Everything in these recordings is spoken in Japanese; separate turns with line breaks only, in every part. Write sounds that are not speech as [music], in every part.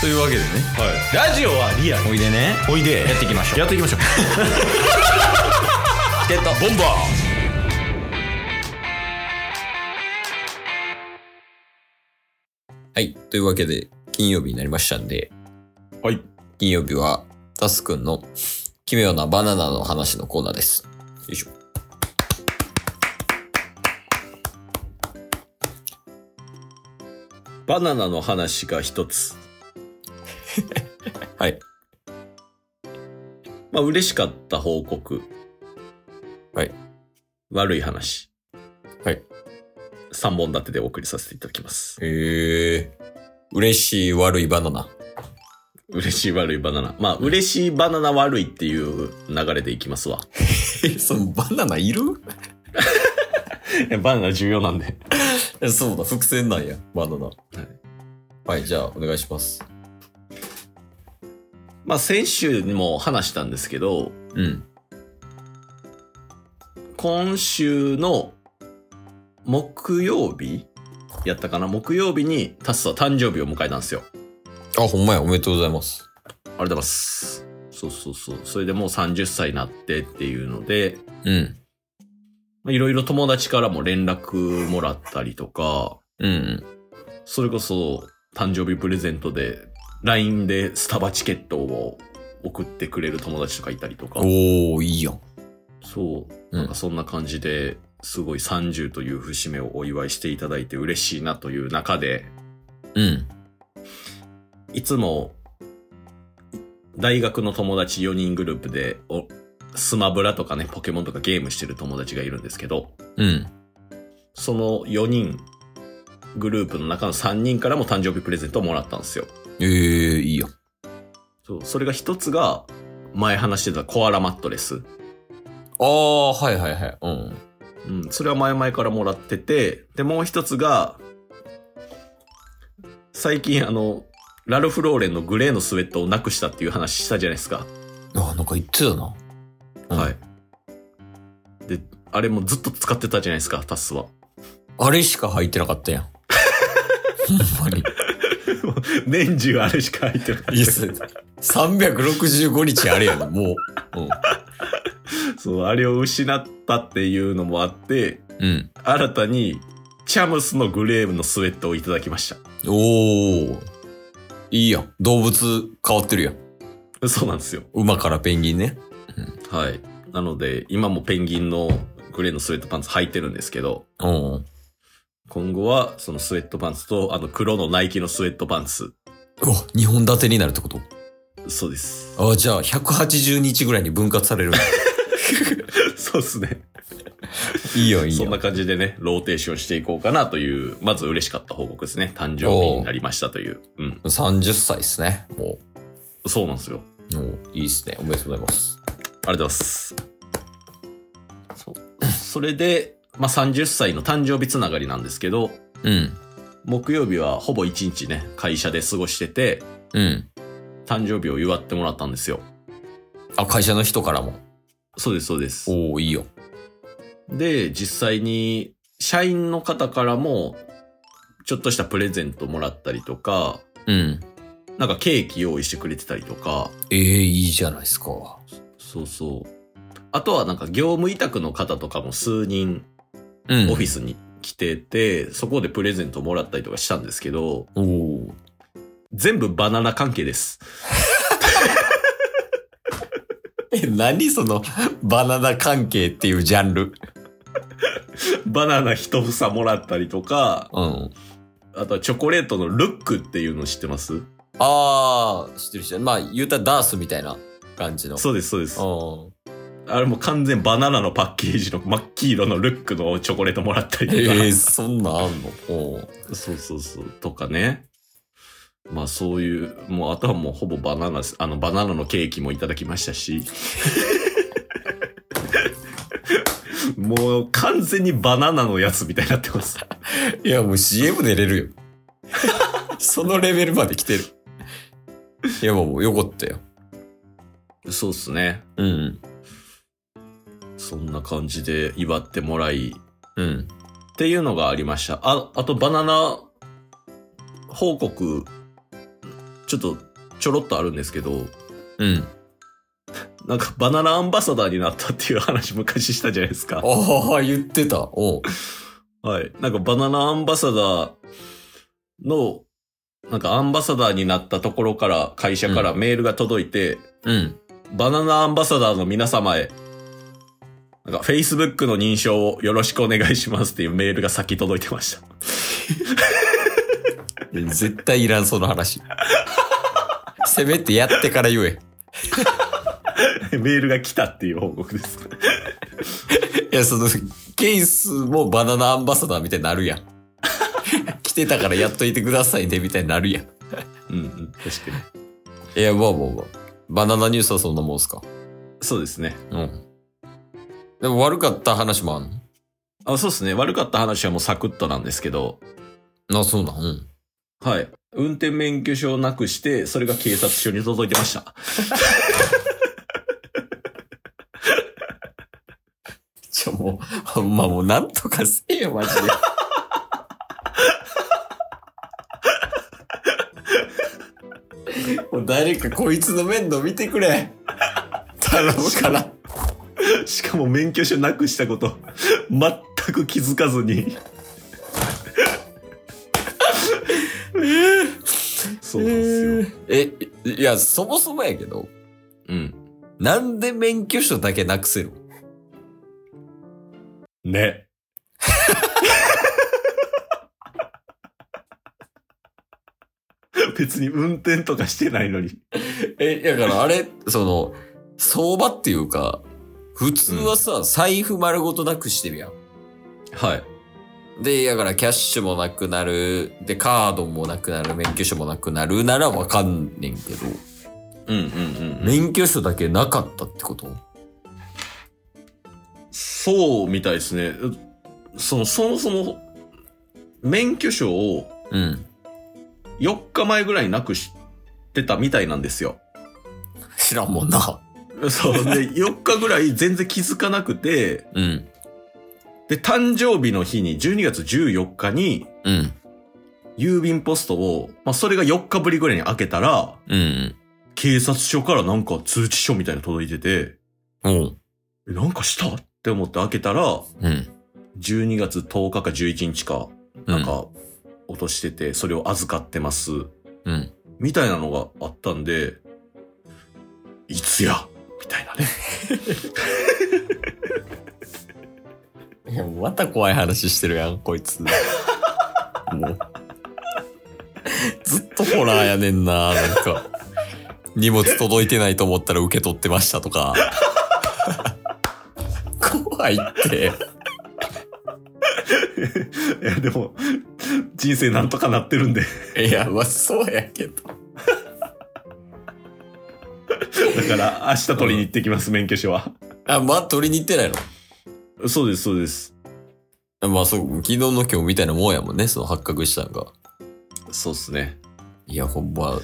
というわけでね
ラジオはリアル
おいでね
おいで
やっていきましょう
やっていきましょう
チケットボンバーはいというわけで金曜日になりましたんで
はい
金曜日はタスくんの奇妙なバナナの話のコーナーですよいしょ
バナナの話が一つ
はい
まあ嬉しかった報告
はい
悪い話
はい
3本立てでお送りさせていただきます
へえ嬉しい悪いバナナ
嬉しい悪いバナナまあ嬉しいバナナ悪いっていう流れでいきますわ
えそのバナナいる
[laughs] バナナ重要なんで
[laughs] そうだ伏線なんやバナナはいじゃあお願いします
まあ先週にも話したんですけど
うん
今週の木曜日やったかな木曜日にタスは誕生日を迎えたんですよ。
あほんまやおめでとうございます
ありがとうございます。そうそうそう。それでもう30歳になってっていうので、
うん
まあいろいろ友達からも連絡もらったりとか、
うんうん
それこそ誕生日プレゼントで LINE でスタバチケットを送ってくれる友達とかいたりとか、
おーいいやん
そう。
うん
なんかそんな感じで、すごい30という節目をお祝いしていただいて嬉しいなという中で、
うん
いつも、大学の友達4人グループで、おスマブラとかね、ポケモンとかゲームしてる友達がいるんですけど、
うん
その4人、グループの中の3人からも誕生日プレゼントをもらったんですよ。
ええいいやん
そう、それが一つが、前話してたコアラマットレス。
ああはいはいはいうん
うん、それは前々からもらってて、で、もう一つが、最近あの、ラルフ・ローレンのグレーのスウェットをなくしたっていう話したじゃないですか。
あなんか言ってたなうん
はい。で、あれもずっと使ってたじゃないですか、タスは。
あれしか入ってなかったやんほんまに
[laughs] 年中あれしか入ってない
[laughs] いっす365日あれやなもう
そう、あれを失ったっていうのもあって、
うん、
新たに、チャムスのグレーのスウェットをいただきまし
うん、おおいいやん動物変わってるやん
た。そうなんですよ。
馬からペンギンね
はい。なので、今もペンギンのグレーのスウェットパンツ履いてるんですけど、
うん
今後はそのスウェットパンツとあの黒のナイキのスウェットパンツ
うわ、2本立てになるってこと
そうです
あじゃあ、180日ぐらいに分割される。
[laughs] そうですね
[laughs] いいよ、いい
そん
よ
な。感じでねローテーションしていこうかなというまず嬉しかった報告ですね誕生日になりましたといううん
30歳ですね。も
そうなんですよ
う、もう、いいっすね。おめでとうございます。
ありがとうございますそうそれで、まあ、30歳の誕生日つながりなんですけど
うん、
木曜日はほぼ一日ね会社で過ごしてて
うん。
誕生日を祝ってもらったんですよ
あ、会社の人からも。
そうですそうです
おおいいよ。
で、実際に、社員の方からも、ちょっとしたプレゼントもらったりとか、
うん。
なんかケーキ用意してくれてたりとか、
ええいいじゃないですか。
そうそう。あとはなんか業務委託の方とかも数人
うん。
オフィスに来てて、そこでプレゼントもらったりとかしたんですけど、
おお
全部バナナ関係です。 [laughs]
え、何その、バナナ関係っていうジャンル。
バナナ一房もらったりとか、
うん。
あとはチョコレートのルックっていうの知ってます
あー、知ってる人。まあ、言うたらダースみたいな感じの。
そうです、そうです。
う。
あれも完全バナナのパッケージの真っ黄色のルックのチョコレートもらったり
ん。え
とか。
えそんなんあんのおー
そうそうそう。とかね。まあそういう、もうあとはもうほぼバナナです、あのバナナのケーキもいただきましたし。 [laughs] もう完全にバナナのやつみたいになってます。
いや、もう CM 出れるよ。 [laughs] そのレベルまで来てる。いや、もうよかったよ。
そうっすね。
うん。
そんな感じで祝ってもらい、
うん。
っていうのがありました。あ、あとバナナ報告ちょっとちょろっとあるんですけど、
うん。
なんかバナナアンバサダーになったっていう話昔したじゃないですか。
ああ、言ってた。おう。
はい。なんかバナナアンバサダーの、なんかアンバサダーになったところから、会社からメールが届いて、
うん。
バナナアンバサダーの皆様へ、なんか Facebook の認証をよろしくお願いしますっていうメールが先届いてました。
絶対いらん、その話。せめてやってから言え。
メールが来た [laughs] っていう報告です。
いや、その、ケースもバナナアンバサダーみたいになるやん。来てたからやっといてくださいね、みたいになるやん。
うんうん、確かに。
いや、まあまあまあ。バナナニュースはそんなもんすか。
そうですね。
うん。でも悪かった話もあん
あ、そうですね。悪かった話はもうサクッとなんですけど、
のあ、そうなん。うん。
はい。運転免許証をなくして、それが警察署に届いてました。
ちょ、もう、 [laughs] ほんまもうなんとかせえよ、マジで。 [laughs] もう誰かこいつの面倒見てくれ。頼むから。
しかも免許証なくしたこと、全く気づかずに。そうなんですよ。
え、いや、そもそもやけど、
うん。
なんで免許証だけなくせる
[laughs] ね。別に運転とかしてないのに。
[laughs] え、だからあれ、その、相場っていうか、普通はさ、財布丸ごとなくしてるやん。
はい。
で、だからキャッシュもなくなる、で、カードもなくなる、免許証もなくなるならわかんねんけど、
うんうんうん。
免許証だけなかったってこと
そうみたいですね。その、そもそも、免許証を
うん。
4日前ぐらいになくしてたみたいなんですよ。
知らんもんな。
そう。で、4日ぐらい全然気づかなくて、
うん。
で、誕生日の日に、12月14日に、
うん。
郵便ポストを、まあ、それが4日ぶりぐらいに開けたら、
うん。
警察署からなんか通知書みたいなの届いてて、
おう。
えなんかしたって思って開けたら、
うん。
12月10日か11日か、
な
なん、か、落としてて、それを預かってます。
うん。
みたいなのがあったんで、いつやみたいなね。
いや、また怖い話してるやん、こいつ。もう。ずっとホラーやねんな、なんか。荷物届いてないと思ったら受け取ってましたと [laughs] か。怖いって。
[laughs] いや、でも、人生なんとかなってるんで、
いや、まあ、そうやけど。
だから明日取りに行ってきます、免許証は。
あ、まあ、取りに行ってない
そうです、そうです。
のまあ、そう、昨日の今日みたいなもんやもんね、その発覚したのが。
そうですね。
いや、ほんま。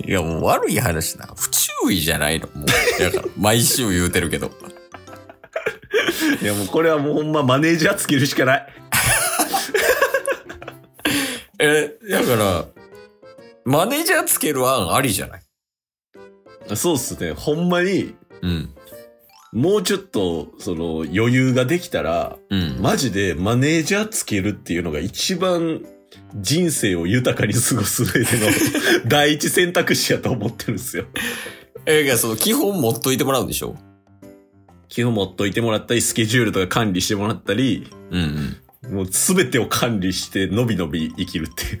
[laughs] いや、もう悪い話な。不注意じゃないの。もう、だから、 [laughs] 毎週言うてるけど。
いや、もうこれはもうほんまマネージャーつけるしかない。
え、だから、マネージャーつける案ありじゃない
そうっすね。ほんまに、
うん。
もうちょっと、その、余裕ができたら、
うん。
マジでマネージャーつけるっていうのが一番人生を豊かに過ごす上で [laughs] の第一選択肢やと思ってるんですよ。
え、だからその基本持っといてもらうんでしょ
基本持っといてもらったり、スケジュールとか管理してもらったり、
うんうん。
もうすべてを管理して、のびのび生きるっていう。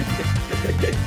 す